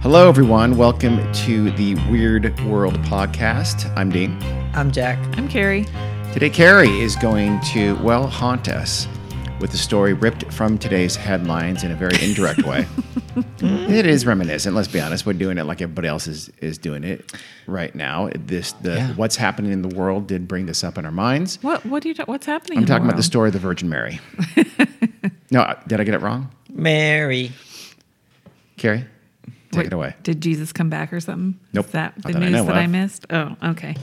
Hello, everyone. Welcome to the Weird World Podcast. I'm Dean. I'm Jack. I'm Carrie. Today, Carrie is going to, well, haunt us with a story ripped from today's headlines in a very indirect way. it is reminiscent. Let's be honest. We're doing it like everybody else is, is doing it right now. This the what's happening in the world did bring this up in our minds. What what do you ta- what's happening? I'm talking about the story of the Virgin Mary. no, uh, did I get it wrong, Mary. Carrie? Take it away. Did Jesus come back or something? Nope. Is that Not the that I news know that I of. missed? Oh, okay.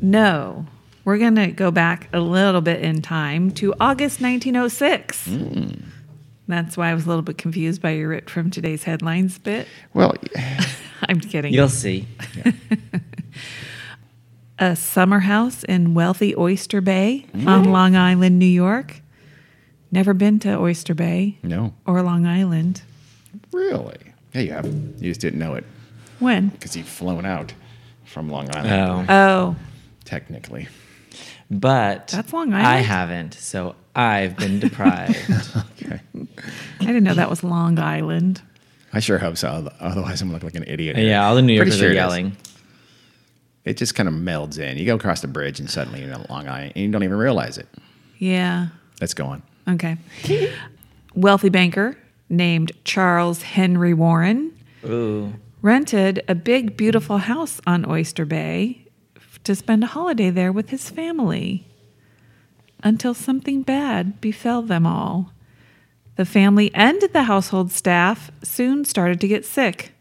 No. We're going to go back a little bit in time to August 1906. Hmm. That's why I was a little bit confused by your ripped from today's headlines bit. Well, I'm kidding. You'll see. a summer house in wealthy Oyster Bay Hmm. on Long Island, New York. Never been to Oyster Bay no, or Long Island. really. Yeah, you have. You just didn't know it. When? because he'd flown out from Long Island, Oh, Oh, technically. but That's Long I Island? haven't, so I've been deprived. Okay. I didn't know that was Long Island. I sure hope so. Otherwise, I'm gonna look like an idiot. here. yeah, all the New Pretty Yorkers sure are it is. yelling. It just kind of melds in. You go across the bridge, and suddenly you're in Long Island, and you don't even realize it. Yeah. That's going. Okay. Wealthy banker named Charles Henry Warren Ooh, rented a big, beautiful house on Oyster Bay f- to spend a holiday there with his family until something bad befell them all. The family and the household staff soon started to get sick.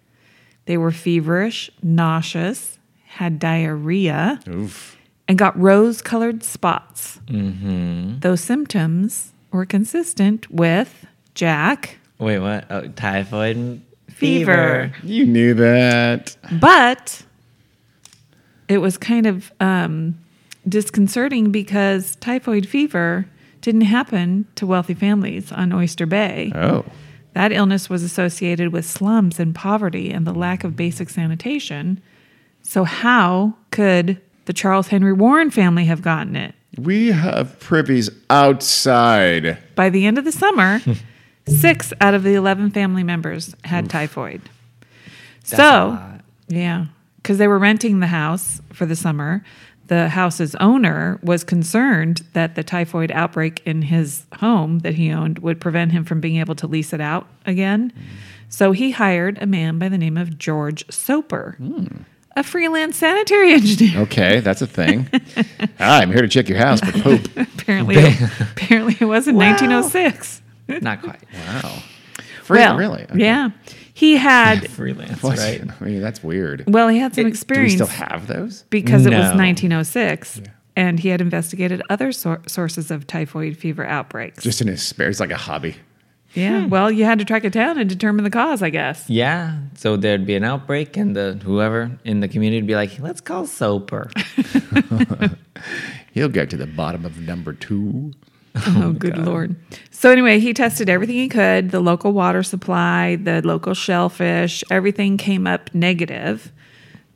They were feverish, nauseous, had diarrhea. Oof. and got rose colored spots. Those symptoms were consistent with Jack wait, what? Oh, typhoid m- fever, You knew that. but it was kind of um, disconcerting because typhoid fever didn't happen to wealthy families on Oyster Bay. Oh, That illness was associated with slums and poverty and the lack of basic sanitation. So, how could the Charles Henry Warren family have gotten it? we have privies outside. By the end of the summer, six out of the 11 family members had typhoid. a so, lot. yeah, because they were renting the house for the summer. The house's owner was concerned that the typhoid outbreak in his home that he owned would prevent him from being able to lease it out again. So he hired a man by the name of George Soper, a freelance sanitary engineer. Okay, that's a thing. Hi, I'm here to check your house for poop. Apparently, apparently it was in 1906. Not quite. Wow. Free, well, really? Yeah. He had Freelance, Well, right? I mean, that's weird. Well, he had Do some we experience still have those? because it was No. 1906, and he had investigated other sor- sources of typhoid fever outbreaks. Just Hmm. in his spare. It's like a hobby. yeah, well, you had to track it down and determine the cause, I guess. Yeah, so there'd be an outbreak, and the whoever in the community would be like, "Let's call Soper." He'll get to the bottom of number two. Oh, good lord! So anyway, he tested everything he could: the local water supply, the local shellfish. Everything came up negative.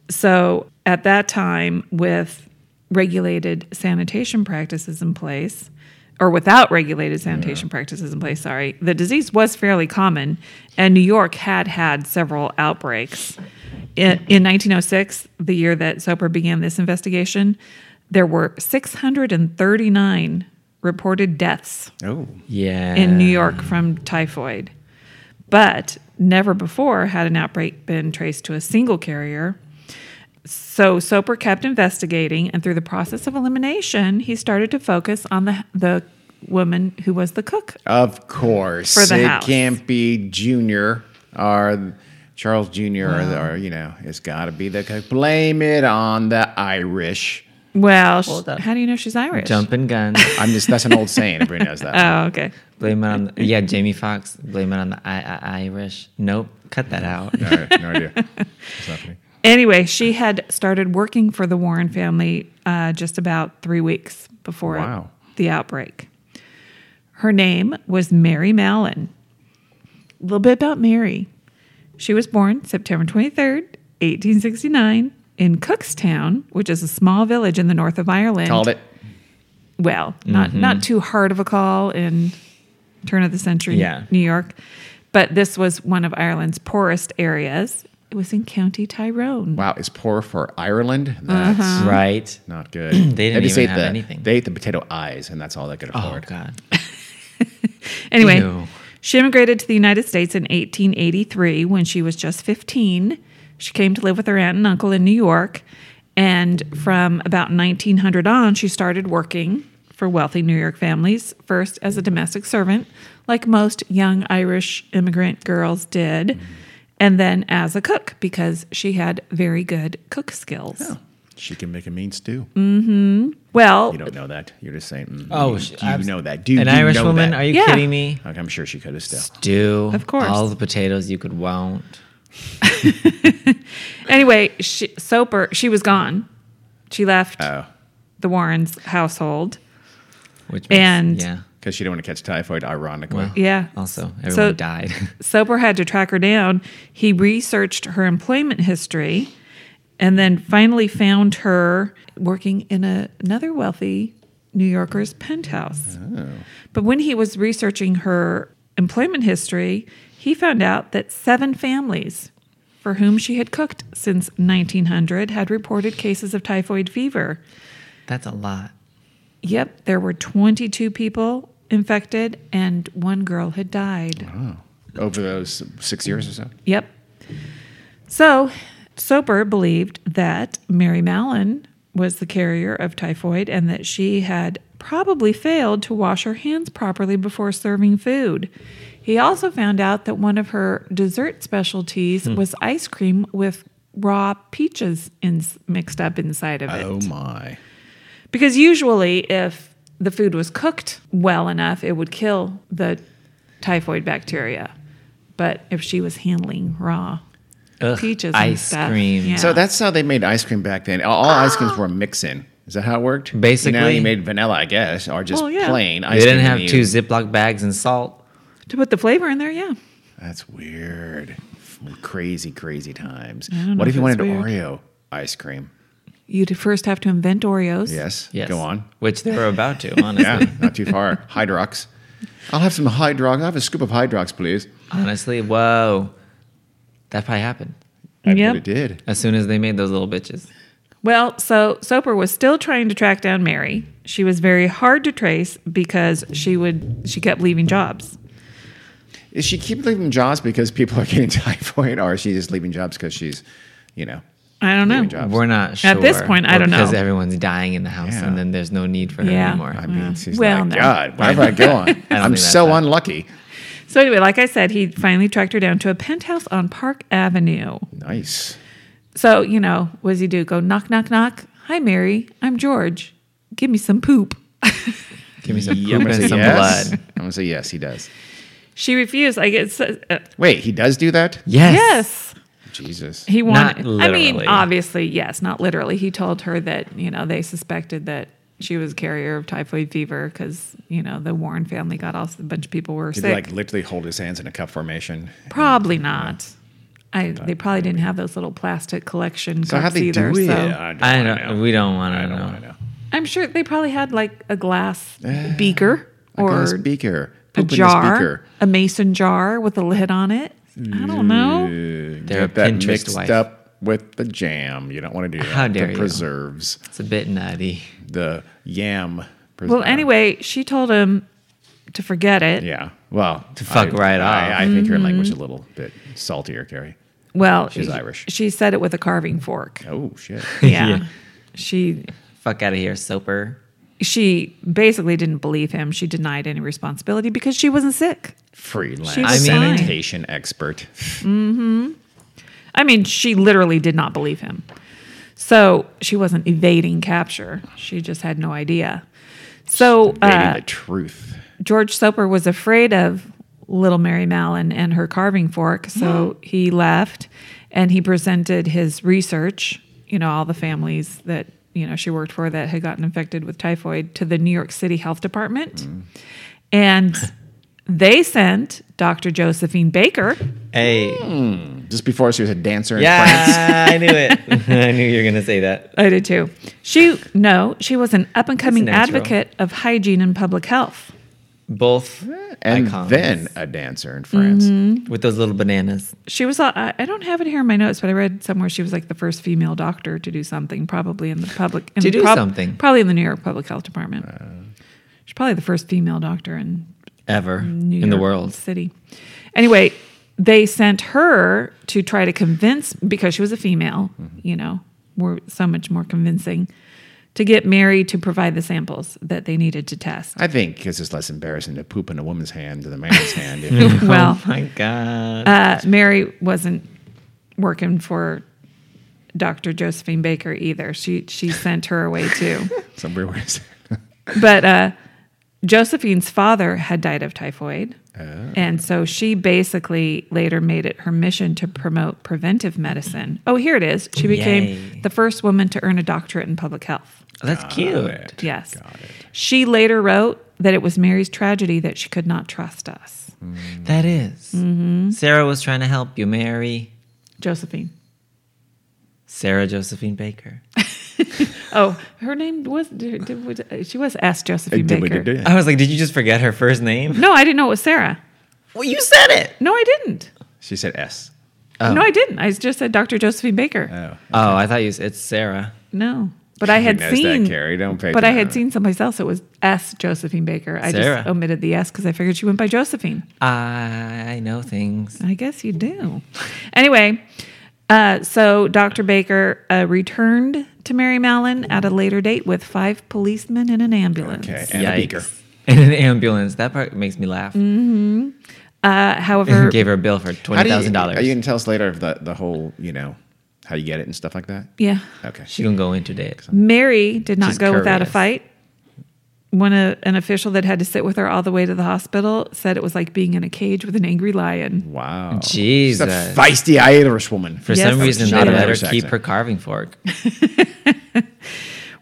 So at that time, with regulated sanitation practices in place, or without regulated sanitation practices in place, sorry, the disease was fairly common, and New York had had several outbreaks. In, in 1906, the year that Soper began this investigation, there were 639 reported deaths Oh. Yeah, in New York from typhoid. But never before had an outbreak been traced to a single carrier. So Soper kept investigating, and through the process of elimination, he started to focus on the, the woman who was the cook. Of course. For the it house. can't be Junior or Charles Junior or the or, you know, it's got to be the cook. Blame it on the Irish. Well, sh- Hold up. how do you know she's Irish? jumping guns. I'm just that's an old saying. Everybody knows that. Oh, okay. Blame it on the, yeah, Jamie Foxx. Blame it on the I, I, Irish. Nope, cut that out. no, no idea. What's happening? Anyway, she had started working for the Warren family uh, just about three weeks before Wow. the outbreak. Her name was Mary Mallon. A little bit about Mary. She was born September 23rd, 1869, in Cookstown, which is a small village in the north of Ireland. Called it. Mm-hmm. Well, not, not too hard of a call in turn of the century Yeah. New York. But this was one of Ireland's poorest areas. It was in County Tyrone. Wow, it's poor for Ireland. That's Uh-huh. Right. not good. they didn't just even ate have the, anything. They ate the potato eyes, and that's all they could Oh afford. God. Anyway, Ew. she immigrated to the United States in 1883 when she was just 15. She came to live with her aunt and uncle in New York. And from about 1900 on, she started working for wealthy New York families, first as a domestic servant, like most young Irish immigrant girls did, and then as a cook because she had very good cook skills. Oh, She can make a mean stew. Mm. Well, You don't know that. You're just saying. mm, Oh, you- sh- do you abs- know that? Do An you Irish know woman? that? Are you Yeah. kidding me? Like, I'm sure she could have still. Do Of course. all the potatoes you could want. anyway, she, Soper, she was gone. She left Oh, the Warrens household. Which makes, And- yeah, because she didn't want to catch typhoid. Ironically, well, Yeah. Also, everyone So- died. Soper had to track her down. He researched her employment history and then finally found her working in a, another wealthy New Yorker's penthouse. Oh. But when he was researching her employment history, he found out that seven families for whom she had cooked since 1900 had reported cases of typhoid fever. That's a lot. Yep, there were 22 people infected and one girl had died. over those six years or so. Yep. So, Soper believed that Mary Mallon was the carrier of typhoid and that she had probably failed to wash her hands properly before serving food. He also found out that one of her dessert specialties was ice cream with raw peaches in, mixed up inside of it. Oh my. Because usually, if the food was cooked well enough, it would kill the typhoid bacteria. But if she was handling raw Ugh, peaches, and ice stuff, cream. yeah. So that's how they made ice cream back then. All, all ice creams were mix in. Is that how it worked? Basically. now you made vanilla, I guess, or just Well, yeah. plain They ice cream. didn't have and two you- Ziploc bags and salt. to put the flavor in there, yeah. That's weird. Crazy, crazy times. don't What know if you if wanted it's weird. Oreo ice cream? You'd first have to invent Oreos. Yes. Yes. Go on. Which they were about to, honestly. Yeah, not too far. Hydrox. I'll have some Hydrox. I'll have a scoop of Hydrox, please. Honestly, whoa. That probably happened I Yep. bet it did. as soon as they made those little bitches. Well, so Soper was still trying to track down Mary. She was very hard to trace because she would she kept leaving jobs. Is she keep leaving jobs because people are getting typhoid, or is she just leaving jobs because she's, you know, I don't know. leaving jobs? We're not sure. At this point, I Or don't know. Because everyone's dying in the house Yeah. and then there's no need for her Yeah. anymore. I mean, she's Well, like, no. God, wherever I go on, I'm think that's so that. unlucky. So anyway, like I said, he finally tracked her down to a penthouse on Park Avenue. Nice. So, you know, what does he do? Go knock, knock, knock. Hi, Mary. I'm George. Give me some poop. Give me some I'm poop gonna and say some yes. blood. I'm gonna say yes. He does. she refused. I guess. Uh, uh, Wait, he does do that? Yes. yes. Jesus. He Not wanted. I mean, literally. obviously, yes, not literally. He told her that, you know, they suspected that she was a carrier of typhoid fever because, you know, the Warren family got off. A bunch of people were Did he sick. like literally hold his hands in a cup formation? probably not. I, they probably didn't have those little plastic collection So cups how they either. do it? so I don't, I wanna don't, we don't want I to don't know. want to know. I'm sure they probably had like a glass beaker A or glass beaker. Poop a in the jar, speaker. a mason jar with a lid on it. I don't know. Mm. They're a Get that Pinterest mixed wife. up with the jam. You don't want to do that. How dare the you. preserves, It's a bit nutty. the yam. Pres- Well, anyway, she told him to forget it. Yeah. Well, to fuck right I, off. I think your language is a little bit saltier, Carrie. Well, She's she- Irish. She said it with a carving fork. Oh shit. Yeah. Yeah. She Fuck out of here, Soper. she basically didn't believe him. She denied any responsibility because she wasn't sick. Freelance She was I mean- sanitation expert. I mean, she literally did not believe him. So she wasn't evading capture. She just had no idea. So Dating uh, the truth. George Soper was afraid of little Mary Mallon and her carving fork, so he left and he presented his research, you know, all the families that, you know, she worked for that had gotten infected with typhoid to the New York City Health Department. And they sent Dr. Josephine Baker. Hey. Just before she was a dancer in France. Yeah, I knew it. I knew you were going to say that. I did too. She no, she was an up and coming natural. advocate of hygiene and public health. Both and icons. then a dancer in France. with those little bananas. She was, uh, I I don't have it here in my notes, but I read somewhere she was like the first female doctor to do something, probably in the public. In To the do something. Probably in the New York Public Health Department. She's probably the first female doctor in Ever New in the York world. City. Anyway, they sent her to try to convince, because she was a female, you know, were so much more convincing, to get Mary to provide the samples that they needed to test. I think 'cause it's less embarrassing to poop in a woman's hand than a man's hand. If well, oh my God. uh, Mary wasn't working for Dr. Josephine Baker either. She she sent her away too. somewhere was But uh, Josephine's father had died of typhoid. And so she basically later made it her mission to promote preventive medicine. Oh, here it is. She became Yay. the first woman to earn a doctorate in public health. That's cute. Yes. She later wrote that it was Mary's tragedy that she could not trust us. That is. Sarah was trying to help you, Mary. Josephine. Sarah Josephine Baker. Oh, her name was, did, did- she was S. Josephine Baker. I was like, did you just forget her first name? No, I didn't know it was Sarah. Well, you said it. No, I didn't. She said S. Oh. No, I didn't. I just said Dr. Josephine Baker. Oh. Oh, I thought you said it's Sarah. No, but I had knows that, seen Carrie. Don't pay But I attention. had seen someplace else. It was S. Josephine Baker. I Sarah. just omitted the S because I figured she went by Josephine. I know things. I guess you do. Anyway, uh, so Dr. Baker uh, returned to Mary Mallon at a later date with five policemen and an ambulance. Okay. And a beaker. In an ambulance. That part makes me laugh. Uh, however, Gave her a bill for How do twenty you- thousand Are you dollars. going to tell us later of the, the whole, you know, how you get it and stuff like that? yeah, Okay. She gonna go into debt. Mary did not She's go without a curious. fight. When a, an official that had to sit with her all the way to the hospital said it was like being in a cage with an angry lion. Wow. She's a Jesus. feisty Irish woman. For Yes, some reason, she they is. let her Irish keep accent. her carving fork.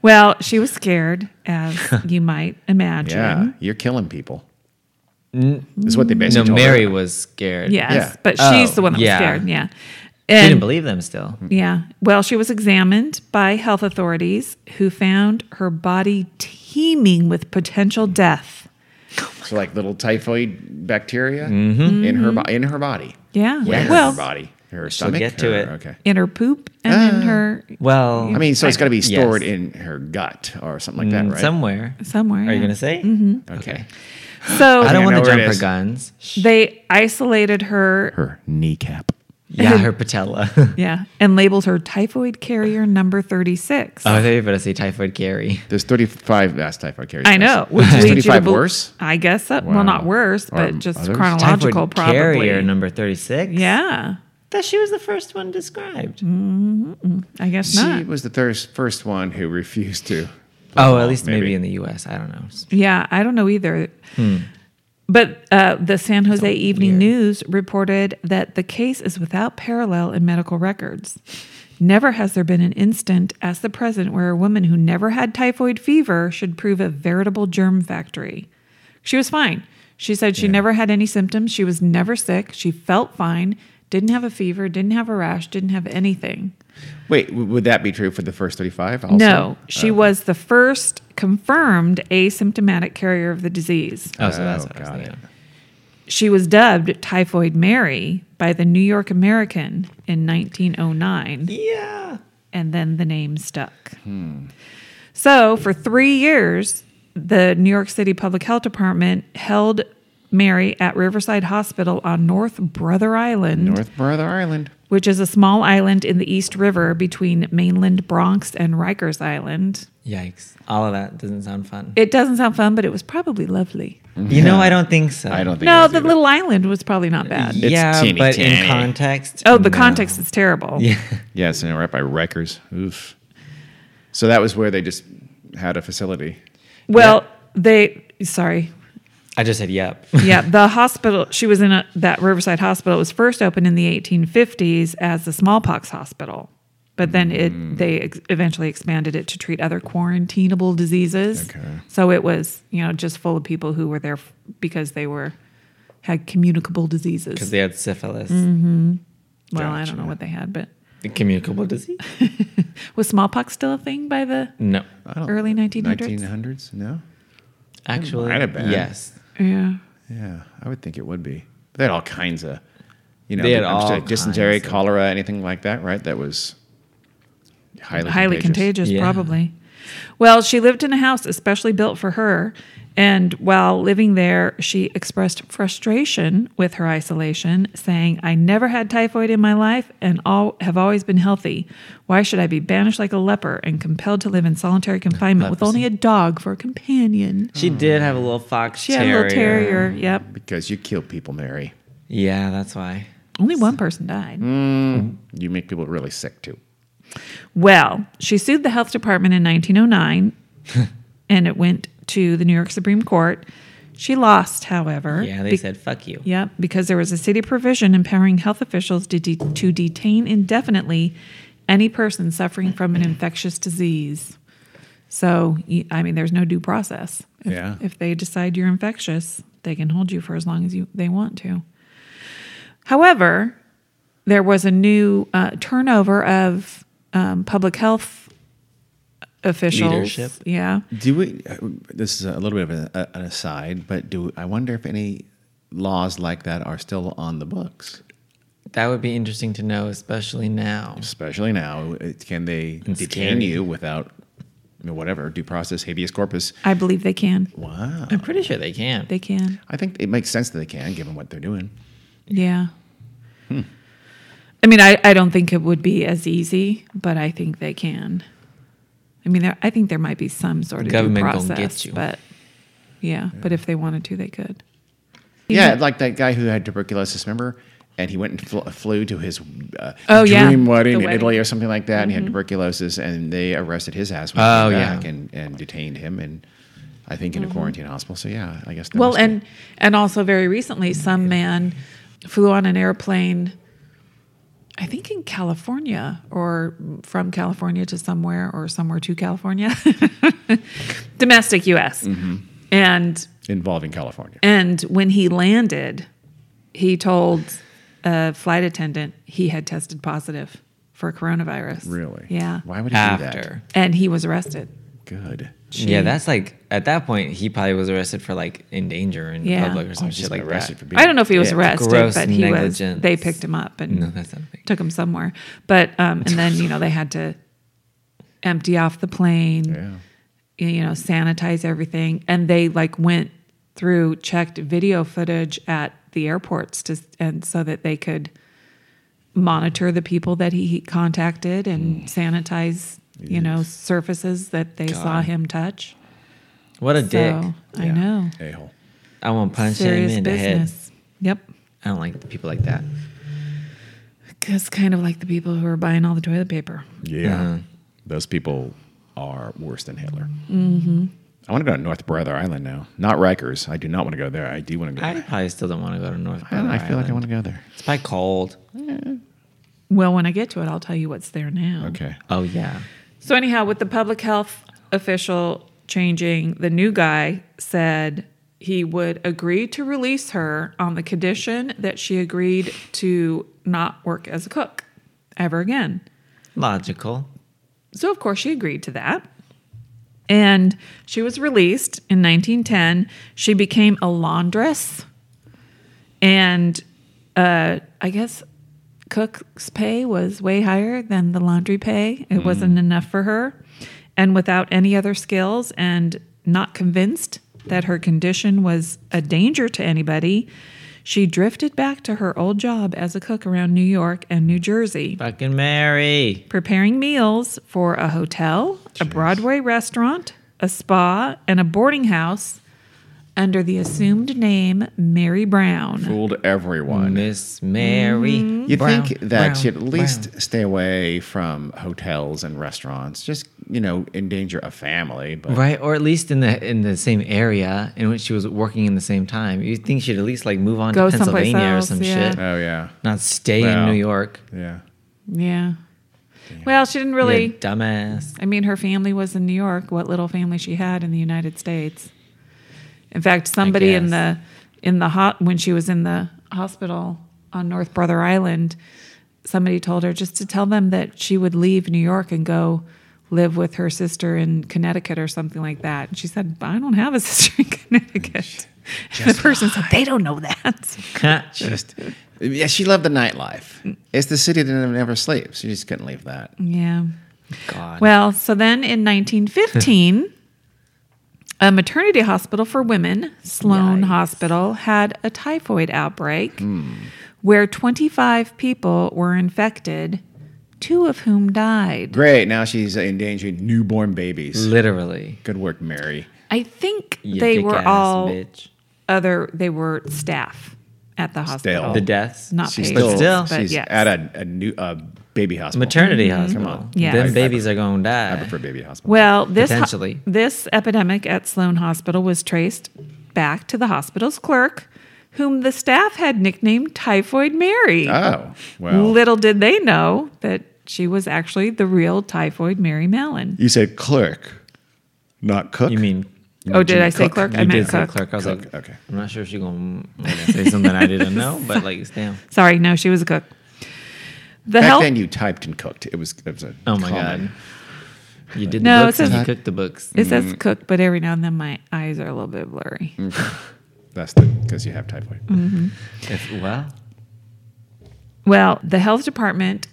Well, she was scared, as you might imagine. yeah. You're killing people. Is what they basically No, told Mary her. was scared. Yes, Yeah. but Oh, she's the one that yeah. was scared. Yeah. She And didn't believe them still. Hmm. yeah, well, she was examined by health authorities who found her body teeming with potential death. So like little typhoid bacteria in her bo- in her body. Yeah. Where Well, in her body, her She'll stomach. get to her- it. Okay. in her poop and Ah. in her Well, I mean, so it's got to be Yes. Mm, stored in her gut or something like that, right? somewhere. somewhere. Are you yeah. gonna say? Mm-hmm. okay. So I don't I want know to where it jump her is. guns. they isolated her. Her kneecap. Yeah, her patella. oh, Yeah, and labeled her typhoid carrier number 36. Oh, I thought you were going to say typhoid Gary. There's 35 vast typhoid carriers. I know. Which is leads you to 35 bel- worse? I guess. That, Wow. Well, not worse, Or but just others? chronological, typhoid probably. carrier number 36. Yeah, Mm. That she was the first one described. I guess She not. was the thir- first one who refused to. Oh, at least maybe. maybe. in the US. I don't know. S- Yeah, I don't know either. But uh, the San Jose Evening weird. News reported that the case is without parallel in medical records. Never has there been an instant as the present where a woman who never had typhoid fever should prove a veritable germ factory. She was fine. She said she never had any symptoms. She was never sick. She felt fine. Didn't have a fever. Didn't have a rash. Didn't have anything. Wait, w- would that be true for the first 35 also? No, she was the first confirmed asymptomatic carrier of the disease. Oh, so that's Oh, what I was got thinking. it. of. She was dubbed Typhoid Mary by the New York American in 1909, Yeah. and then the name stuck. So, for three years, the New York City Public Health Department held Mary at Riverside Hospital on North Brother Island, North Brother Island. which is a small island in the East River between mainland Bronx and Rikers Island. Yikes. All of that doesn't sound fun. It doesn't sound fun, but it was probably lovely. You know, I don't think so. Mm-hmm. I don't think it No, was the either. little island was probably not bad. It's yeah, teeny but in tiny. context. Oh, the no. context is terrible. Yeah. Yeah, it's in- right by Wreckers. Oof. So that was where they just had a facility. Well, they sorry. I just said, yep. Yeah, the hospital she was in a, that Riverside hospital was first opened in the 1850s as the smallpox hospital. But then Hmm. it they ex- eventually expanded it to treat other quarantinable diseases. Okay. So it was, you know, just full of people who were there f- because they were had communicable diseases. Because they had syphilis, Mm-hmm. well, I don't Gotcha. know what they had, but the communicable disease. was smallpox still a thing by the No, I don't- early 1900s? 1900s? No? actually, might have been. yes. Yeah. Yeah, I would think it would be. But they had all kinds of, you know, They had I'm just all like dysentery, kinds of- cholera, anything like that, right? That was highly, highly contagious, Yeah. probably. Well, she lived in a house especially built for her, and while living there, she expressed frustration with her isolation, saying, "I never had typhoid in my life and all have always been healthy. Why should I be banished like a leper and compelled to live in solitary confinement with only a dog for a companion?" She did have a little fox Hmm. She had terrier. a little terrier. Yep. Because you kill people, Mary. Yeah, that's why. Only one person died. You make people really sick too. Well, she sued the health department in 1909 and it went to the New York Supreme Court. She lost, however. Yeah, they be- said fuck you. Yep, because there was a city provision empowering health officials to, de- to detain indefinitely any person suffering from an infectious disease. So, y- I mean, there's no due process. If, Yeah. If they decide you're infectious, they can hold you for as long as you they want to. However, there was a new uh, turnover of um, public health officials. Leadership. Yeah. Do we? uh, This is a little bit of an, a- an aside, but do I wonder if any laws like that are still on the books? That would be interesting to know, especially now. Especially now, it- can they It's detain scary. you without, you know, whatever due process, habeas corpus? I believe they can. Wow, I'm pretty sure they can. They can. I think it makes sense that they can, given what they're doing. Yeah. I mean, I, I don't think it would be as easy, but I think they can. I mean, there, I think there might be some sort of due Government gonna process, get you. but yeah, but if they wanted to, they could. Yeah, like that guy who had tuberculosis, remember? And he went and fl- flew to his uh, Oh, dream yeah, wedding the in wedding. Mm-hmm. Italy or something like that. And he had tuberculosis, and they arrested his ass when Oh, he came yeah. back and, and detained him, and I think in a quarantine hospital. So yeah, I guess. that Mm-hmm. Well, must be- and and also very recently, some man flew on an airplane. I think in California or from California to somewhere or somewhere to California, domestic U.S. and involving California. And when he landed, he told a flight attendant he had tested positive for coronavirus. Really? Yeah. Why would he After. And he was arrested. do that? Good. Yeah, that's like at that point he probably was arrested for like endangering Yeah. the public or Oh, some He's shit been like arrested for that. being. I don't know if he was Yeah, arrested, gross but he was. negligence. They picked him up and no, that's not a thing. took him somewhere. But um, and then you know they had to empty off the plane. Yeah. you- you know, sanitize everything. And they like went through, checked video footage at the airports to, and so that they could monitor the people that he contacted Mm. and sanitize, you know, surfaces that they saw God. him touch. What a dick! So I know. A hole. I want to punch him Serious in the head. business. Yep. I don't like people like that. It's kind of like the people who are buying all the toilet paper. Yeah. Those people are worse than Hitler. Mm-hmm. I want to go to North Brother Island now. Not Rikers. I do not want to go there. I do want to go. I there. probably still don't want to go to North. I, don't know, I feel like I want to. to go there. It's probably cold. Well, when I get to it, I'll tell you what's there now. Okay. Oh yeah. So anyhow, with the public health official changing, the new guy said he would agree to release her on the condition that she agreed to not work as a cook ever again. Logical. So of course she agreed to that. And she was released in 1910. She became a laundress. And uh, I guess cook's pay was way higher than the laundry pay. It wasn't enough for her. And without any other skills and not convinced that her condition was a danger to anybody, she drifted back to her old job as a cook around New York and New Jersey Fucking Mary. preparing meals for a hotel, a Broadway restaurant, a spa, and a boarding house under the assumed name Mary Brown. Fooled everyone. Miss Mary. Mm-hmm. You Brown, think that Brown, should at least stay away from hotels and restaurants. Just you know, endanger a family. But Brown. right, or at least in the in the same area in which she was working in the same time. You think she'd at least like move on Go to someplace Pennsylvania else, or some yeah. shit, oh yeah, not stay Well, in New York. yeah. Yeah. Well, she didn't really. You dumbass. I mean, her family was in New York, what little family she had in the United States. In fact, somebody in the guess. in the hot when she was in the hospital on North Brother Island, somebody told her just to tell them that she would leave New York and go live with her sister in Connecticut or something like that. And she said, "I don't have a sister in Connecticut." the person said, they don't know that. Just Mm. yeah, she loved the nightlife. It's the city that never sleeps. She just couldn't leave that. Yeah. God. Well, so then in 1915, a maternity hospital for women, Sloan Hospital, had a typhoid outbreak Hmm. where 25 people were infected, two of whom died. Great. Now she's endangering newborn babies. Literally. Good work, Mary. I think You they were dick-ass all bitch. other, they were staff at the hospital. the deaths. Not She's patients, still, still, but she's yes. at a, a new a baby hospital. maternity Mm-hmm. hospital. Come on. Yes. Them I- I babies are going to I die. prefer baby hospital. Well, this ho- Potentially. this epidemic at Sloan Hospital was traced back to the hospital's clerk, whom the staff had nicknamed Typhoid Mary. oh, well. Little did they know that she was actually the real Typhoid Mary Mallon. you said clerk, not cook. You mean oh, did I say Cook. clerk? I you meant did say cook. clerk? I was Cook, like, okay. I'm not sure if she's going to say something I didn't know, but like, damn. Sorry, no, she was a cook. The Back health. then you typed and cooked. It was. It was a Oh my common. god. You did No, the it books and says- you cooked the books. it mm. says cook, but every now and then my eyes are a little bit blurry. That's the because you have typhoid. Mm. If, well, Well, the health department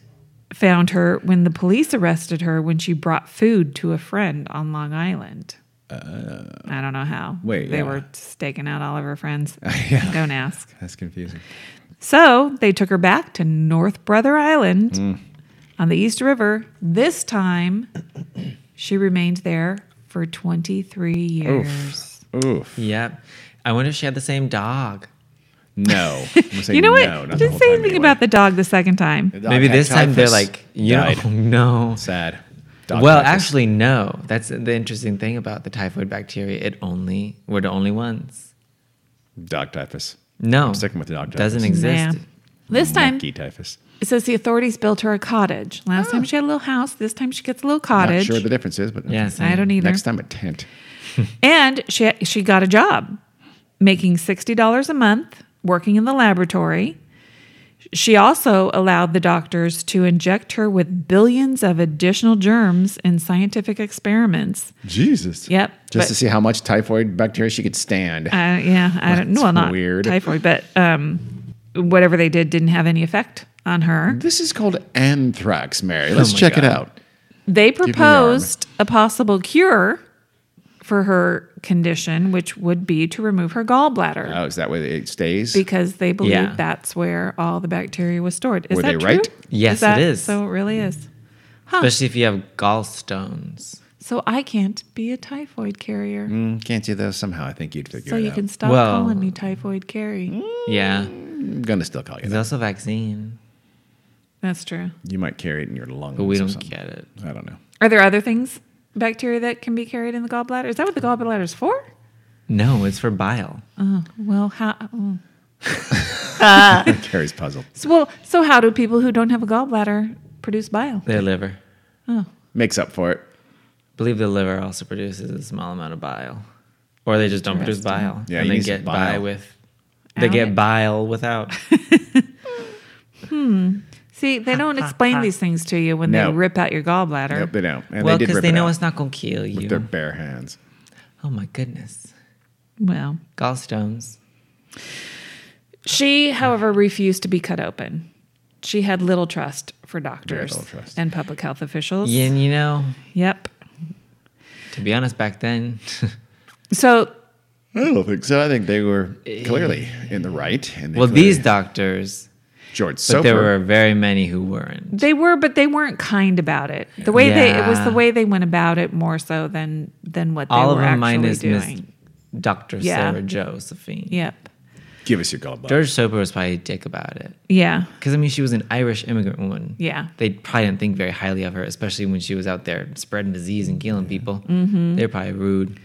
found her when the police arrested her when she brought food to a friend on Long Island. I don't know how. Uh. Wait, they yeah. were staking out all of her friends. Yeah. Don't ask. That's confusing. So they took her back to North Brother Island Mm. on the East River. This time, she remained there for 23 years. Oof. yep. I wonder if she had the same dog. No. You know what? No, I didn't say anything about the dog the second time. Maybe this time they're like, you know, no. sad. well, actually, no. That's the interesting thing about the typhoid bacteria. It only we're the only ones. dog typhus. No, I'm sticking with the dog Doesn't typhus. Yeah. exist. This time, Monkey typhus. It says the authorities built her a cottage. Last time she had a little house. This time she gets a little Oh. Not cottage. sure what the difference is, but Yes, I don't either. Next time a tent. And she she got a job, making sixty dollars a month, working in the laboratory. She also allowed the doctors to inject her with billions of additional germs in scientific experiments. Jesus. Yep, Just but- to see how much typhoid bacteria she could stand. Uh, yeah, I don't. That's Well, not weird. typhoid, but um, whatever they did didn't have any effect on her. this is called anthrax, Mary. Let's Oh my check it God. out. They me your arm. proposed a possible cure for her condition, which would be to remove her gallbladder Oh, is that where it stays? because they believe Yeah. that's where all the bacteria was stored. Is Were that they true? right? Yes, it that- is. So it really is. Especially if you have gallstones. So I can't be a typhoid carrier. Mm, Can't see those. Somehow, I think you'd figure So it you out. can stop Well- calling me typhoid carry. Yeah, I'm gonna still call you there's that. also vaccine, That's true. You might carry it in your lungs. but we or don't something. get it. I don't know. Are there other things, bacteria that can be carried in the gallbladder? Is that what the gallbladder is for? No, it's for bile. Well, how? mm. Carrie's puzzled. So, well, so how do people who don't have a gallbladder produce bile? Their liver. Makes up for it. believe the liver also produces a small amount of bile, or they just don't produce bile. Yeah, and you they need some get by bile. with. They get Ouch. bile without. See, they don't explain these things to you when No. they rip out your gallbladder. Nope, they don't. And well, they did because rip they it know out it's not going to kill you. with their bare hands. oh my goodness, Well, gallstones. she, however, refused to be cut open. She had little trust for doctors little trust. and public health officials. Yeah, and you know, Yep. to be honest, back then, So, I don't think so. I think they were clearly in the right. And they Eh. well, these clearly- doctors, George but there Sofer. were very many who weren't. they were but they weren't kind about it. The way they it was the Yeah. way they went about it more so than than what they All of were them actually minus doing. Miss Doctor Yeah. Sarah Josephine. Yep. Give us your gallbladder. George Soper was probably a dick about it. Yeah. Because I mean, she was an Irish immigrant woman. Yeah. they probably didn't think very highly of her, especially when she was out there spreading disease and killing people. Mm-hmm. They're probably rude.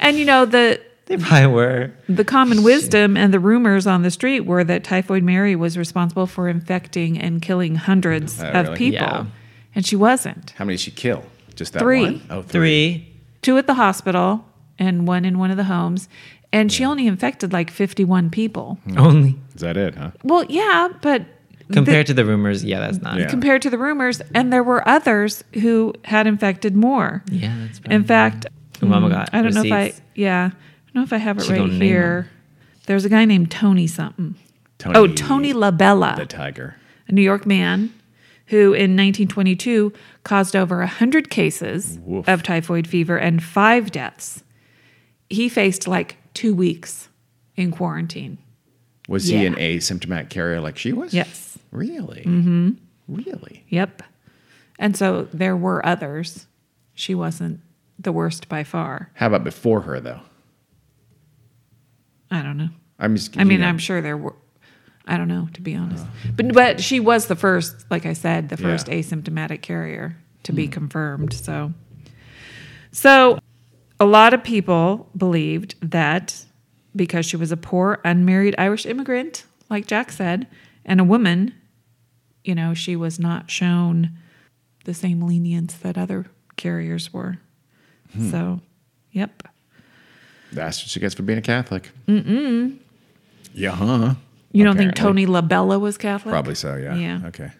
And you know the They probably were. the common wisdom and the rumors on the street were that Typhoid Mary was responsible for infecting and killing hundreds Oh, of really? people. Yeah. And she wasn't. How many did she kill? Just that Three. one? Oh, three. Three. two at the hospital and one in one of the homes. And she only infected like 51 people. Only Is that it, huh? Well, yeah, but compared to the rumors, yeah, that's not. Yeah. Yeah, compared to the rumors, and there were others who had infected more. that's. In fact, mm, Mama got I don't know if I, receipts. yeah, I don't know if I have it She right gonna name here. There's a guy named Tony something. Tony, oh, Tony LaBella. the tiger. a New York man who in 1922 caused over 100 cases Woof. of typhoid fever and five deaths. He faced like two weeks in quarantine. Was he Yeah. an asymptomatic carrier like she was? Yes. Really? Mm-hmm. Really? Yep. And so there were others. She wasn't the worst by far. How about before her though? I don't know. I'm just. I you mean, know, I'm sure there were. I don't know, to be honest. But but she was the first, like I said, the first Yeah. Hmm. asymptomatic carrier to be confirmed. So so a lot of people believed that because she was a poor unmarried Irish immigrant, like Jack said, and a woman, you know, she was not shown the same lenience that other carriers were. Hmm. So, yep. That's what she gets for being a Catholic. Mm-mm. Yeah, huh? You don't think Apparently. Tony LaBella was Catholic? Probably so. Yeah. Yeah. Okay.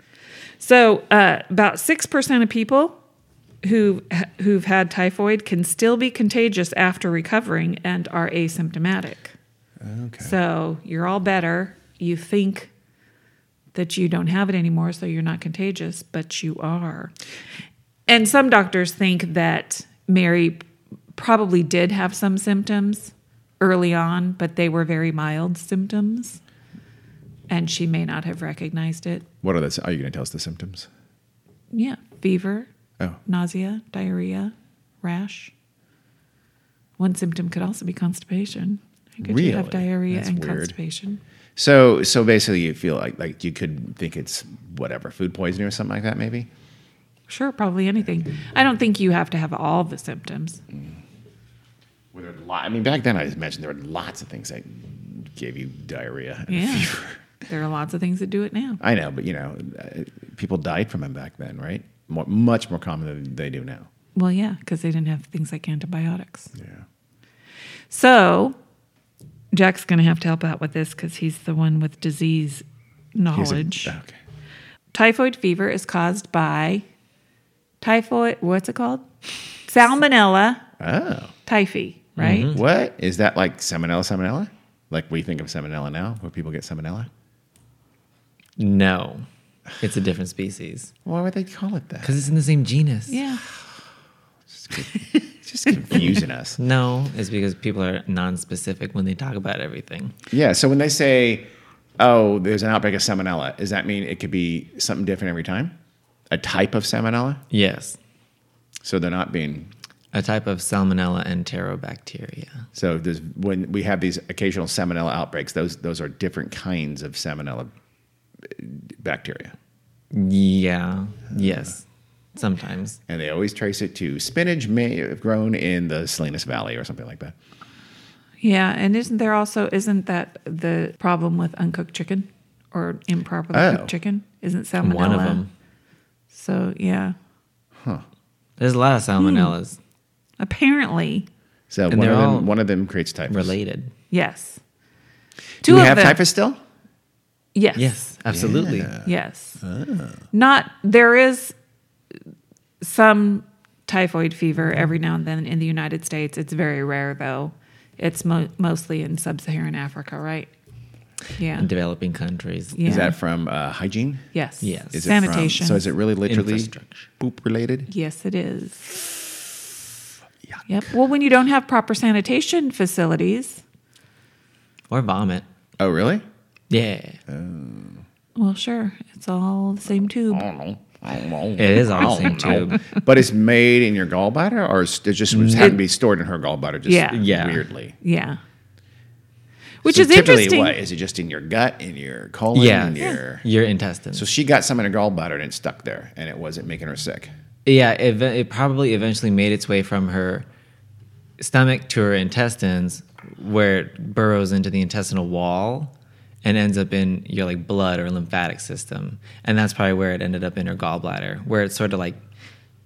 So uh, about six percent of people who who've had typhoid can still be contagious after recovering and are asymptomatic. Okay. So you're all better. You think that you don't have it anymore, so you're not contagious, but you are. And some doctors think that Mary probably did have some symptoms early on, but they were very mild symptoms. And she may not have recognized it. What are the? Are you going to tell us the symptoms? Yeah, fever, Oh, nausea, diarrhea, rash. One symptom could also be constipation. I could you Really? have diarrhea That's and weird. constipation. so so basically, you feel like like you could think it's whatever food poisoning or something like that, maybe. Sure, probably anything. I don't think you have to have all the symptoms. Were there lo- I mean, back then I imagine there were lots of things that gave you diarrhea and Yeah. fever. There are lots of things that do it now. I know, but you know, uh, people died from them back then, right? More, much more common than they do now. Well, yeah, because they didn't have things like antibiotics. Yeah. So Jack's going to have to help out with this because he's the one with disease knowledge. okay. typhoid fever is caused by typhoid, what's it called? Salmonella Oh. typhi, right? What is that like salmonella? Salmonella? Like we think of salmonella now, where people get salmonella? No, it's a different species Why would they call it that? because it's in the same genus. Yeah. It's just confusing us. No, it's because people are non-specific when they talk about everything. Yeah. So when they say, "Oh, there's an outbreak of salmonella," does that mean it could be something different every time? A type of salmonella? Yes, So they're not being a type of Salmonella enterobacteria. So there's when we have these occasional salmonella outbreaks, those those are different kinds of salmonella uh, bacteria. Yeah. Yes. Sometimes. And they always trace it to spinach may grown in the Salinas Valley or something like that. Yeah. And isn't there also, isn't that the problem with uncooked chicken or improperly Oh. cooked chicken? Isn't salmonella? One of them. So, yeah. There's a lot of salmonellas Apparently, So one And of they're all them one of them creates typhus. related. yes. Do Two we of have them. typhus still? Yes. Yes, absolutely. Yes. Ah. Not there is some typhoid fever every now and then in the United States. It's very rare though. It's mo- mostly in sub-Saharan Africa, right? Yeah. In developing countries. yeah. Is that from uh, hygiene? yes. Yes. Is it from- Sanitation. so is it really literally Infrastructure. poop related? Yes, it is. Yep. Well, when you don't have proper sanitation facilities, Or vomit. Oh really? Yeah. well, sure, it's all the same tube. I don't know. I don't know. It is all the I don't same know. tube. Mm. but it's made in your gallbladder, or it's- it just happened to be stored in her gallbladder, just Yeah. Yeah. weirdly. Yeah. Which So is typically, interesting. What is it? Just in your gut, in your colon, Yeah. in your. Your intestines. So she got some in her gallbladder and it stuck there, and it wasn't making her sick. yeah, it, ve- it probably eventually made its way from her stomach to her intestines, where it burrows into the intestinal wall and ends up in your like blood or lymphatic system, and that's probably where it ended up in her gallbladder, where it sort of like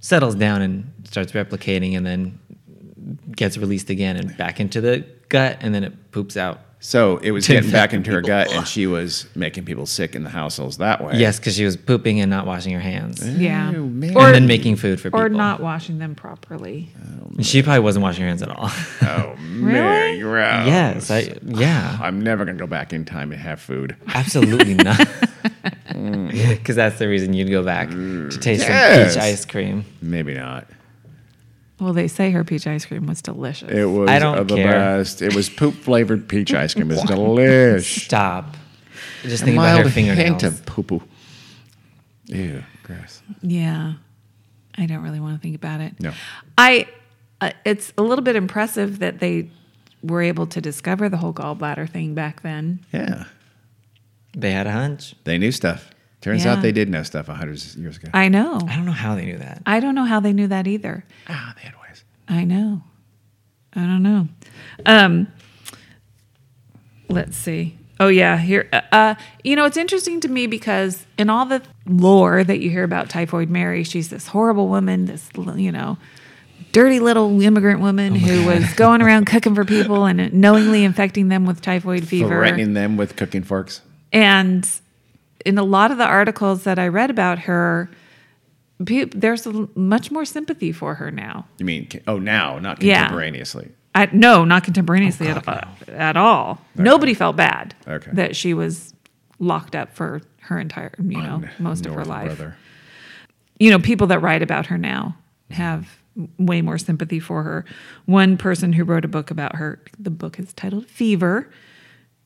settles down and starts replicating, and then gets released again and back into the gut, and then it poops out So it was To getting back infect into her gut, and she was making people sick in the households that way. Yes, because she was pooping and not washing her hands. Yeah. Oh, man. Or- and then making food for people. Or not washing them properly. She probably wasn't washing her hands at all. Oh, man, gross. yes. I, yeah. I'm never going to go back in time and have food. Absolutely not. Because that's the reason you'd go back to taste Mm. Yes. some peach ice cream. Maybe not. Well, they say her peach ice cream was delicious. It was I don't the care. best. It was poop flavored peach ice cream. It's delish. Stop. Just A think about mild her hint fingernails. of poo poo. Ew, gross. Yeah. I don't really want to think about it. No. I uh, it's a little bit impressive that they were able to discover the whole gallbladder thing back then. Yeah, They had a hunch. they knew stuff. Turns Yeah. out they did know stuff hundreds of years ago. I know. I don't know how they knew that. I don't know how they knew that either. ah, they had ways. I know. I don't know. Um, let's see. Oh yeah, here. uh, Uh, you know, it's interesting to me because in all the lore that you hear about Typhoid Mary, she's this horrible woman, this l- you know, dirty little immigrant woman who was going around cooking for people and knowingly infecting them with typhoid fever. Threatening them with cooking forks. And in a lot of the articles that I read about her, pe- there's a l- much more sympathy for her now. You mean? Oh, now, not Yeah. contemporaneously. I, no, not Oh, contemporaneously at, at all. Nobody felt bad Okay. that she was locked up for her entire, you know, most of her North life. brother. You know, people that write about her now have way more sympathy for her. One person who wrote a book about her, the book is titled Fever,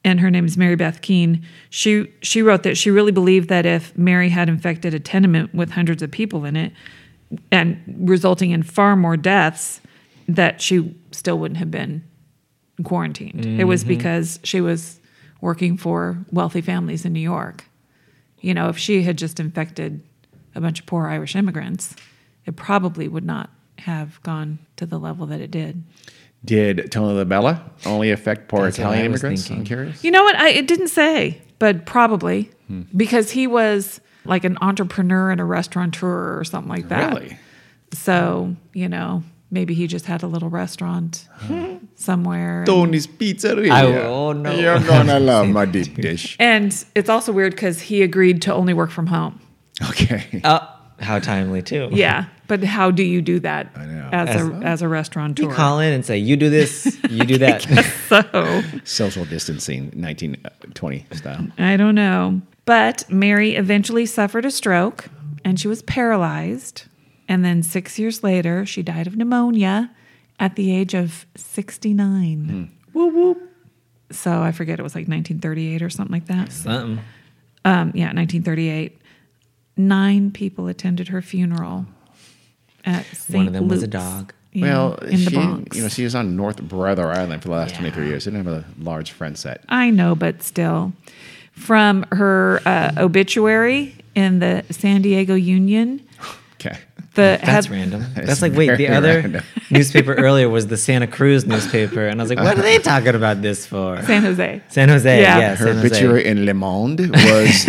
and her name is Mary Beth Keene. She she wrote that she really believed that if Mary had infected a tenement with hundreds of people in it and resulting in far more deaths, that she still wouldn't have been quarantined. It was because she was working for wealthy families in New York. You know, if she had just infected a bunch of poor Irish immigrants, it probably would not have gone to the level that it did. Did Tony La Bella only affect poor That's what Italian I was immigrants? thinking. I'm curious. You know what? I, it didn't say, but probably Hmm. because he was like an entrepreneur and a restaurateur or something like that. Really? So, you know, maybe he just had a little restaurant somewhere. Tony's Pizzeria. I will- oh, no. You're gonna love my deep dish. And it's also weird because he agreed to only work from home. Okay. Uh, how timely, too. Yeah, but how do you do that I know. as, As- a as a You restaurateur? call in and say, you do this, you do that. So Social distancing, 1920 style. I don't know. But Mary eventually suffered a stroke, and she was paralyzed. And then six years later, she died of pneumonia at the age of sixty nine. Woo woo. Hmm. So I forget it was like 1938 or something like that. Something. Um, yeah, 1938. Nine people attended her funeral. At St. One of them was a Luke's dog. in- Well, in the she, Bronx. you know, she was on North Brother Island for the last Yeah. 23 years. They didn't have a large friend set. I know, but still. From her uh, obituary in the San Diego Union, Okay. the That's head- random. That's, It's like, wait, the very other random. newspaper earlier was the Santa Cruz newspaper. And I was like, what are they talking about this for? San Jose San Jose, Yeah. yeah. Her San Jose. obituary in Le Monde was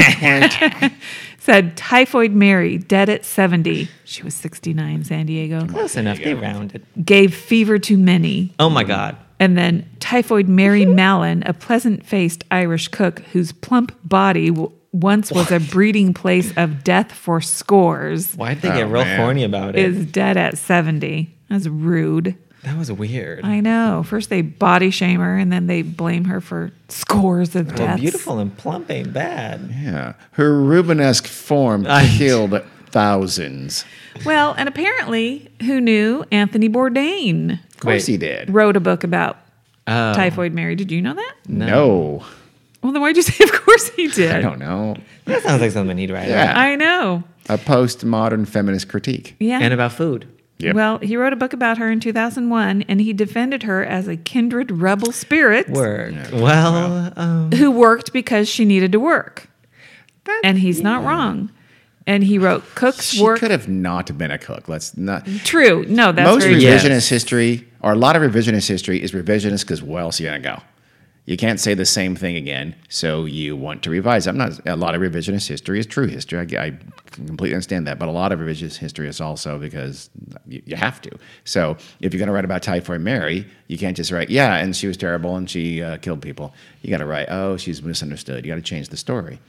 said typhoid Mary dead at 70. She was 69, San Diego. Close enough. They rounded. Gave fever to many. Oh my God. And then typhoid Mary Mallon, a pleasant faced Irish cook whose plump body w- once was a breeding place of death for scores, Why'd they Oh, get real man. horny about it? is dead at 70. That's rude. that was weird. I know. First they body shame her, and then they blame her for scores of well, deaths. beautiful and plump ain't bad. yeah. Her Rubenesque form I- killed thousands. Well, and apparently, who knew Anthony Bourdain Of course Wait. he did. wrote a book about Oh. typhoid Mary? Did you know that? No. Well, then why'd you say? Of course he did. I don't know. That sounds like something he'd write. Yeah. about. I know. A postmodern feminist critique. Yeah. And about food. Yep. Well, he wrote a book about her in 2001, and he defended her as a kindred rebel spirit Work. Well, um, who worked because she needed to work. That- and he's not wrong. And he wrote, "Cooks She work." could have not been a cook. Let's not. True. No, that's Most very revisionist Yes. history, or a lot of revisionist history, is revisionist because where else are you gonna go? You can't say the same thing again, so you want to revise. I'm not. A lot of revisionist history is true history. I, I completely understand that, but a lot of revisionist history is also because you, you have to. So if you're going to write about Typhoid Mary, you can't just write, "Yeah, and she was terrible and she uh, killed people." You got to write, "Oh, she's misunderstood." You got to change the story.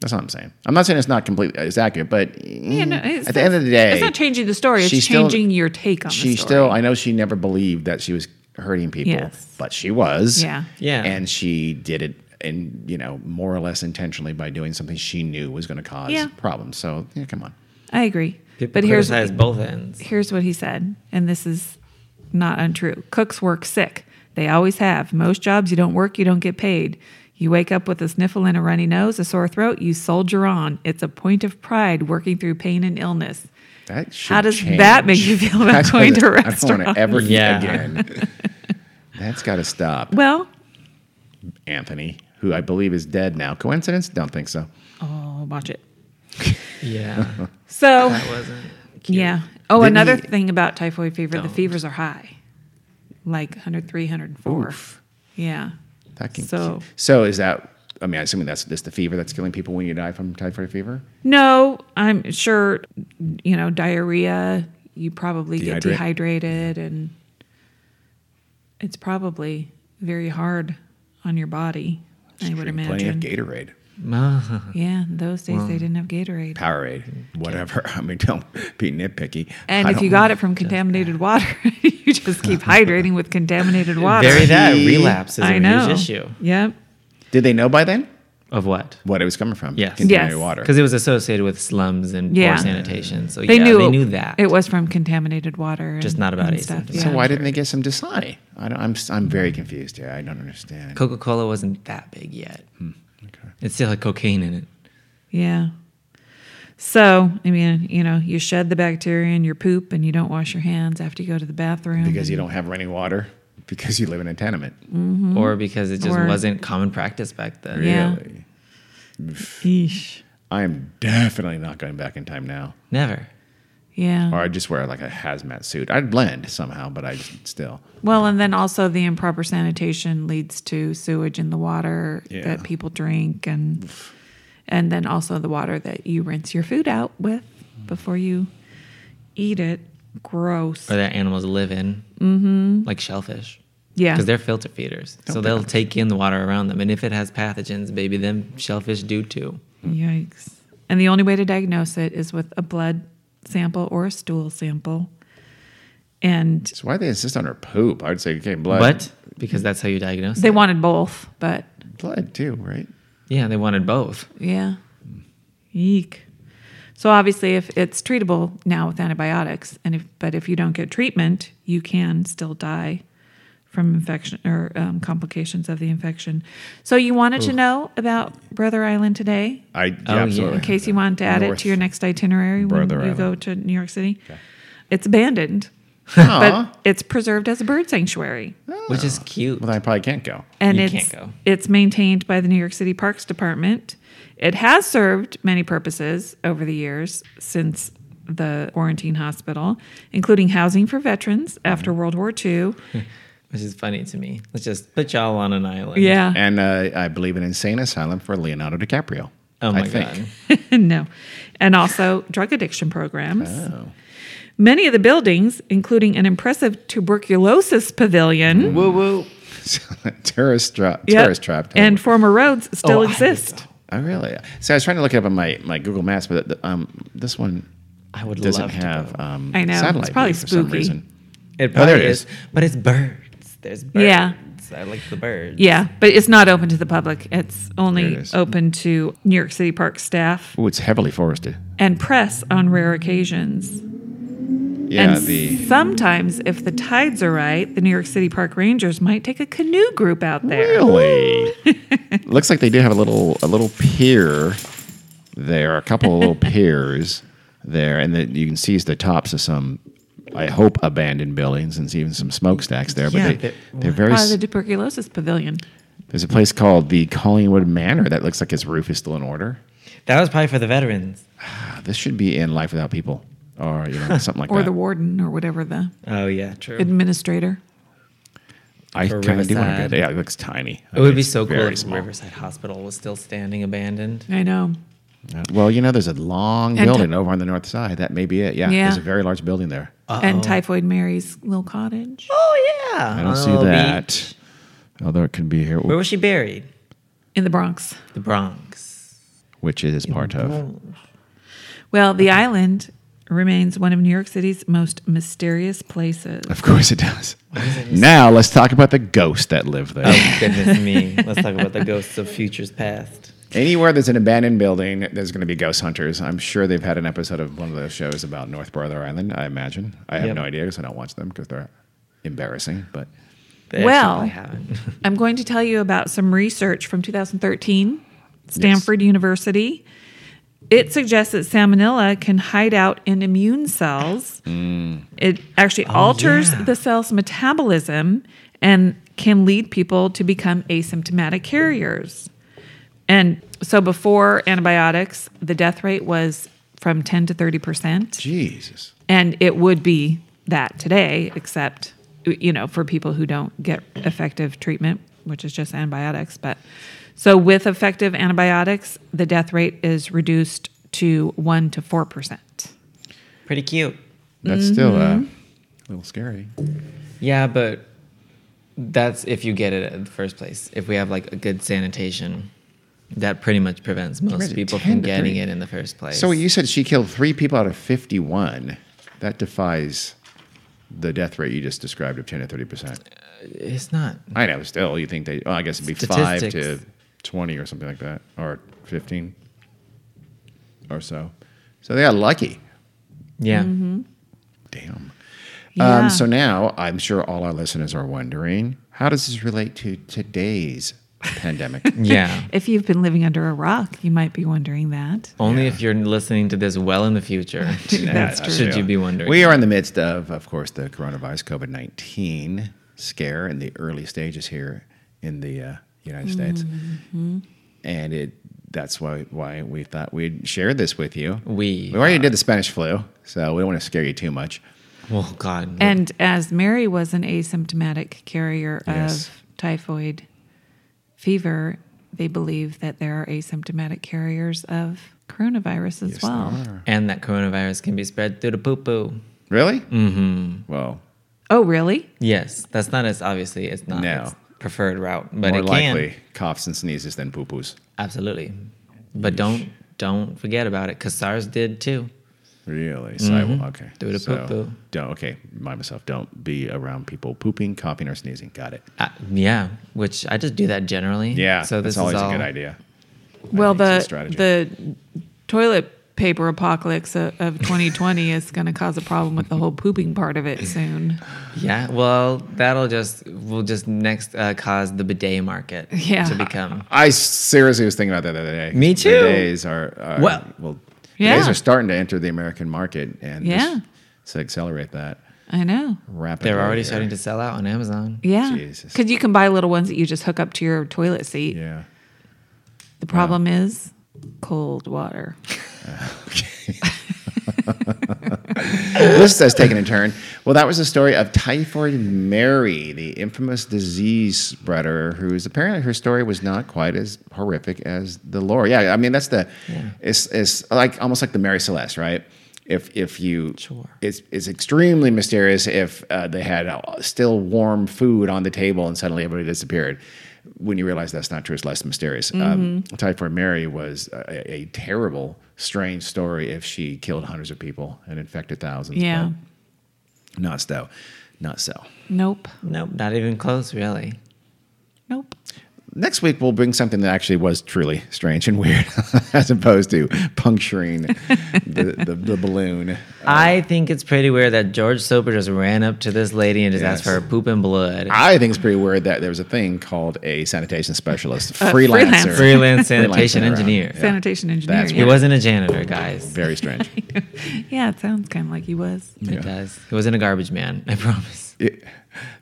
That's what I'm saying. I'm not saying it's not completely uh, it's accurate, but Yeah, mm, no, it's at the end of the day, it's not changing the story. It's she's still- changing your take on the she story. still i know she never believed that she was hurting people Yes. but she was Yeah. Yeah. and she did it and you know more or less intentionally by doing something she knew was going to cause Yeah. problems so yeah come on I agree. People but here's criticize both ends. here's what he said, and this is not untrue. Cooks work sick. They always have. Most jobs you don't work, you don't get paid. You wake up with a sniffle and a runny nose, a sore throat, you soldier on. It's a point of pride working through pain and illness. that should How does change. that make you feel about That going to a doesn't- i don't restaurant? want to ever Yeah. again that's got to stop Well, anthony who i believe is dead now coincidence don't think so oh, watch it. Yeah. So, That wasn't. yeah. Oh, Didn't another he- thing about typhoid fever, the Don't. fevers are high. Like 103, 104. Oof. Yeah. that can So- so is that i mean i assume that's this the fever that's killing people when you die from typhoid fever No, I'm sure, you know, diarrhea, you probably get Dehydrate. dehydrated and it's probably very hard on your body, I would Drink plenty of imagine. gatorade Ma- Yeah, in those days they didn't have Gatorade. Powerade, whatever. I mean, don't be nitpicky. And I if you don't- got it from contaminated water, you just keep hydrating with contaminated water. Very that He- relapse is a huge issue. Yep. did they know by then Of what? what it was coming from? Yes. contaminated Yes. water. Because it was associated with slums and Yeah. poor sanitation. So They yeah, knew they it- knew that. It was from contaminated water. and- Just not about and stuff. asymptomatic. Yeah. so why didn't they get some Dasani? I don't, I'm I'm very confused here. I don't understand. Coca Cola wasn't that big yet. Hmm. okay. It still had cocaine in it. Yeah. So, I mean, you know, you shed the bacteria in your poop and you don't wash your hands after you go to the bathroom. Because you don't have running water. Because you live in a tenement. Or because it just Mm-hmm. Or- wasn't common practice back then. Yeah. Really, Eesh. I am definitely not going back in time now. Never. Or Yeah. I just wear like a hazmat suit. I'd blend somehow, but I just still. Well, and then also the improper sanitation leads to sewage in the water Yeah. that people drink and and then also the water that you rinse your food out with before you eat it. Gross. Or that animals live in, Mm-hmm. like shellfish. Yeah. Because they're filter feeders. so they'll take in the water around them. And if it has pathogens, baby, them shellfish do too. Yikes. And the only way to diagnose it is with a blood sample or a stool sample. And So why they insist on her poop? I'd say okay, blood. But because that's how you diagnose They it. wanted both, but Blood too, right? Yeah, they wanted both. yeah. Eek. So obviously if it's treatable now with antibiotics and if but if you don't get treatment, you can still die from infection or um, complications of the infection. So you wanted to know about Brother Island today? I Oh, yeah. absolutely. In case you wanted to add it North. to your next itinerary when Brother you go Island. to New York City. It's abandoned, Aw. but it's preserved as a bird sanctuary. Which Oh. is cute. Well, then I probably can't go. and You it's can't go. it's maintained by the New York City Parks Department. It has served many purposes over the years since the quarantine hospital, including housing for veterans after World War II. Which is funny to me. Let's just put y'all on an island. Yeah, and uh, I believe an insane asylum for Leonardo DiCaprio. Oh my I think. god. no, and also drug addiction programs. Oh. Many of the buildings, including an impressive tuberculosis pavilion, Woo woo. tourist trap. Yep. Mm-hmm. Tourist trap. totally. and former roads still Oh, I would exist. oh, really? So I was trying to look it up on my, my Google Maps, but the, um, this one I would doesn't love have to. Go. Um, I know, it's satellite probably view for some spooky. reason. It Oh, probably there it is. is. But it's birds. There's birds. Yeah. I like the birds. Yeah, but it's not open to the public. It's There only it is. open to New York City Park staff. Oh, it's heavily forested. and press on rare occasions. Yeah, and the sometimes, if the tides are right, the New York City Park Rangers might take a canoe group out there. really looks like they do have a little a little pier there, a couple of little piers there, and that you can see the tops of some. I hope abandoned buildings and even some smokestacks there, but Yeah, they, but- they're very Part of Uh, the tuberculosis pavilion. There's a place called the Collingwood Manor that looks like its roof is still in order. That was probably for the veterans. Ah, This should be in Life Without People or you know something like Or that. the warden, or whatever the Oh yeah, true. administrator. I Or kind of do want to go Riverside. there. Yeah, it looks tiny. It would be It's so cool very if small. Riverside Hospital was still standing abandoned. I know. Yeah. Well, you know, there's a long And- building over on the north side. That may be it. Yeah, Yeah. there's a very large building there. And Typhoid Mary's little cottage. Oh yeah. I don't see that. Although it can be here, Where was she buried? in the Bronx. The Bronx. which it is part of. Well, the island remains one of New York City's most mysterious places. Of course it does. Now let's talk about the ghosts that live there. Oh goodness me. Let's talk about the ghosts of futures past. Anywhere there's an abandoned building, there's going to be ghost hunters. I'm sure they've had an episode of one of those shows about North Brother Island, I imagine. I have Yep. no idea because I don't watch them because they're embarrassing. But They actually Well. probably haven't. I'm going to tell you about some research from 2013, Stanford University. It suggests that salmonella can hide out in immune cells. It actually alters yeah. the cell's metabolism and can lead people to become asymptomatic carriers. And so before antibiotics, the death rate was from 10 to 30%. Jesus. And it would be that today, except, you know, for people who don't get effective treatment, which is just antibiotics. But so with effective antibiotics, the death rate is reduced to 1% to 4%. Pretty cute. That's still uh, a little scary. Yeah, but that's if you get it in the first place. If we have like a good sanitation, that pretty much prevents most Imagine people 10 from to getting 30. it in the first place. So you said she killed three people out of 51. That defies the death rate you just described of 10 to 30%. it's not. I know, still, you think they, well, I guess it'd be 5 to Statistics. 20 or something like that, or 15 or so. So they are lucky. Yeah. Damn. Yeah. Um, so now I'm sure all our listeners are wondering how does this relate to today's pandemic? Yeah. if you've been living under a rock, you might be wondering that. Only if you're listening to this well in the future. That's Yeah, true. Should yeah. you be wondering? We are in the midst of, of course, the coronavirus COVID 19 scare in the early stages here in the uh, United States. Mm-hmm. And it that's why why we thought we'd share this with you. We we already did the Spanish flu, so we don't want to scare you too much. Well, Oh, God. And as Mary was an asymptomatic carrier Yes. of typhoid fever, they believe that there are asymptomatic carriers of coronavirus as Yes, there well. are. and that coronavirus can be spread through the poo poo. Really? Mm-hmm. Well, Oh, really? Yes, that's not as obviously it's not No. its preferred route, but more it can likely coughs and sneezes than poo poos. absolutely. Mm. But don't don't forget about it because SARS did too. Really? So I will okay. Mm-hmm. Do it a so poo-poo. Don't okay. Mind myself. Don't be around people pooping, coughing, or sneezing. Got it. Uh, yeah, which I just do that generally. Yeah. so this that's always is all, a good idea. Well, think it's a the strategy. the toilet paper apocalypse of, of 2020 is going to cause a problem with the whole pooping part of it soon. Yeah, well, that'll just will just next uh, cause the bidet market Yeah. to become. I seriously was thinking about that the other day. Me too. Bidets are, are Well- well, Yeah. bidets are starting to enter the American market, and Yeah. just to accelerate that I know. rapidly. They're already here. starting to sell out on Amazon. Yeah, Jesus. because you can buy little ones that you just hook up to your toilet seat. Yeah. The problem is cold water. this has taken a turn. Well, that was the story of Typhoid Mary, the infamous disease spreader, who's apparently her story was not quite as horrific as the lore. Yeah, I mean that's the it's it's like almost like the Mary Celeste, right? If if you Sure. it's it's extremely mysterious if uh, they had uh, still warm food on the table and suddenly everybody disappeared. When you realize that's not true, it's less mysterious. Um, Typhoid Mary was a, a terrible, strange story. If she killed hundreds of people and infected thousands, Yeah. but not so, not so. Nope. Nope, not even close, really. Nope. Next week we'll bring something that actually was truly strange and weird, as opposed to puncturing the, the, the balloon. I think it's pretty weird that George Soper just ran up to this lady and just asked for Yes. her poop and blood. I think it's pretty weird that there was a thing called a sanitation specialist, Uh, freelancer. freelancer. Freelance Freelancing sanitation around. engineer. Yeah. Sanitation engineer. That's He yeah. wasn't a janitor, guys. Very strange. yeah, it sounds kind of like he was. Yeah. It does. He wasn't a garbage man, I promise. Yeah.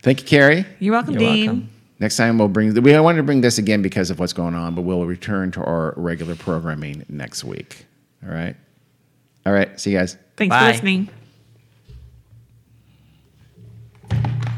Thank you, Carrie. You're welcome, You're Dean. welcome. Next time we'll bring. We wanted to bring this again because of what's going on, but we'll return to our regular programming next week. All right. All right. See you guys. Thanks Bye. for listening.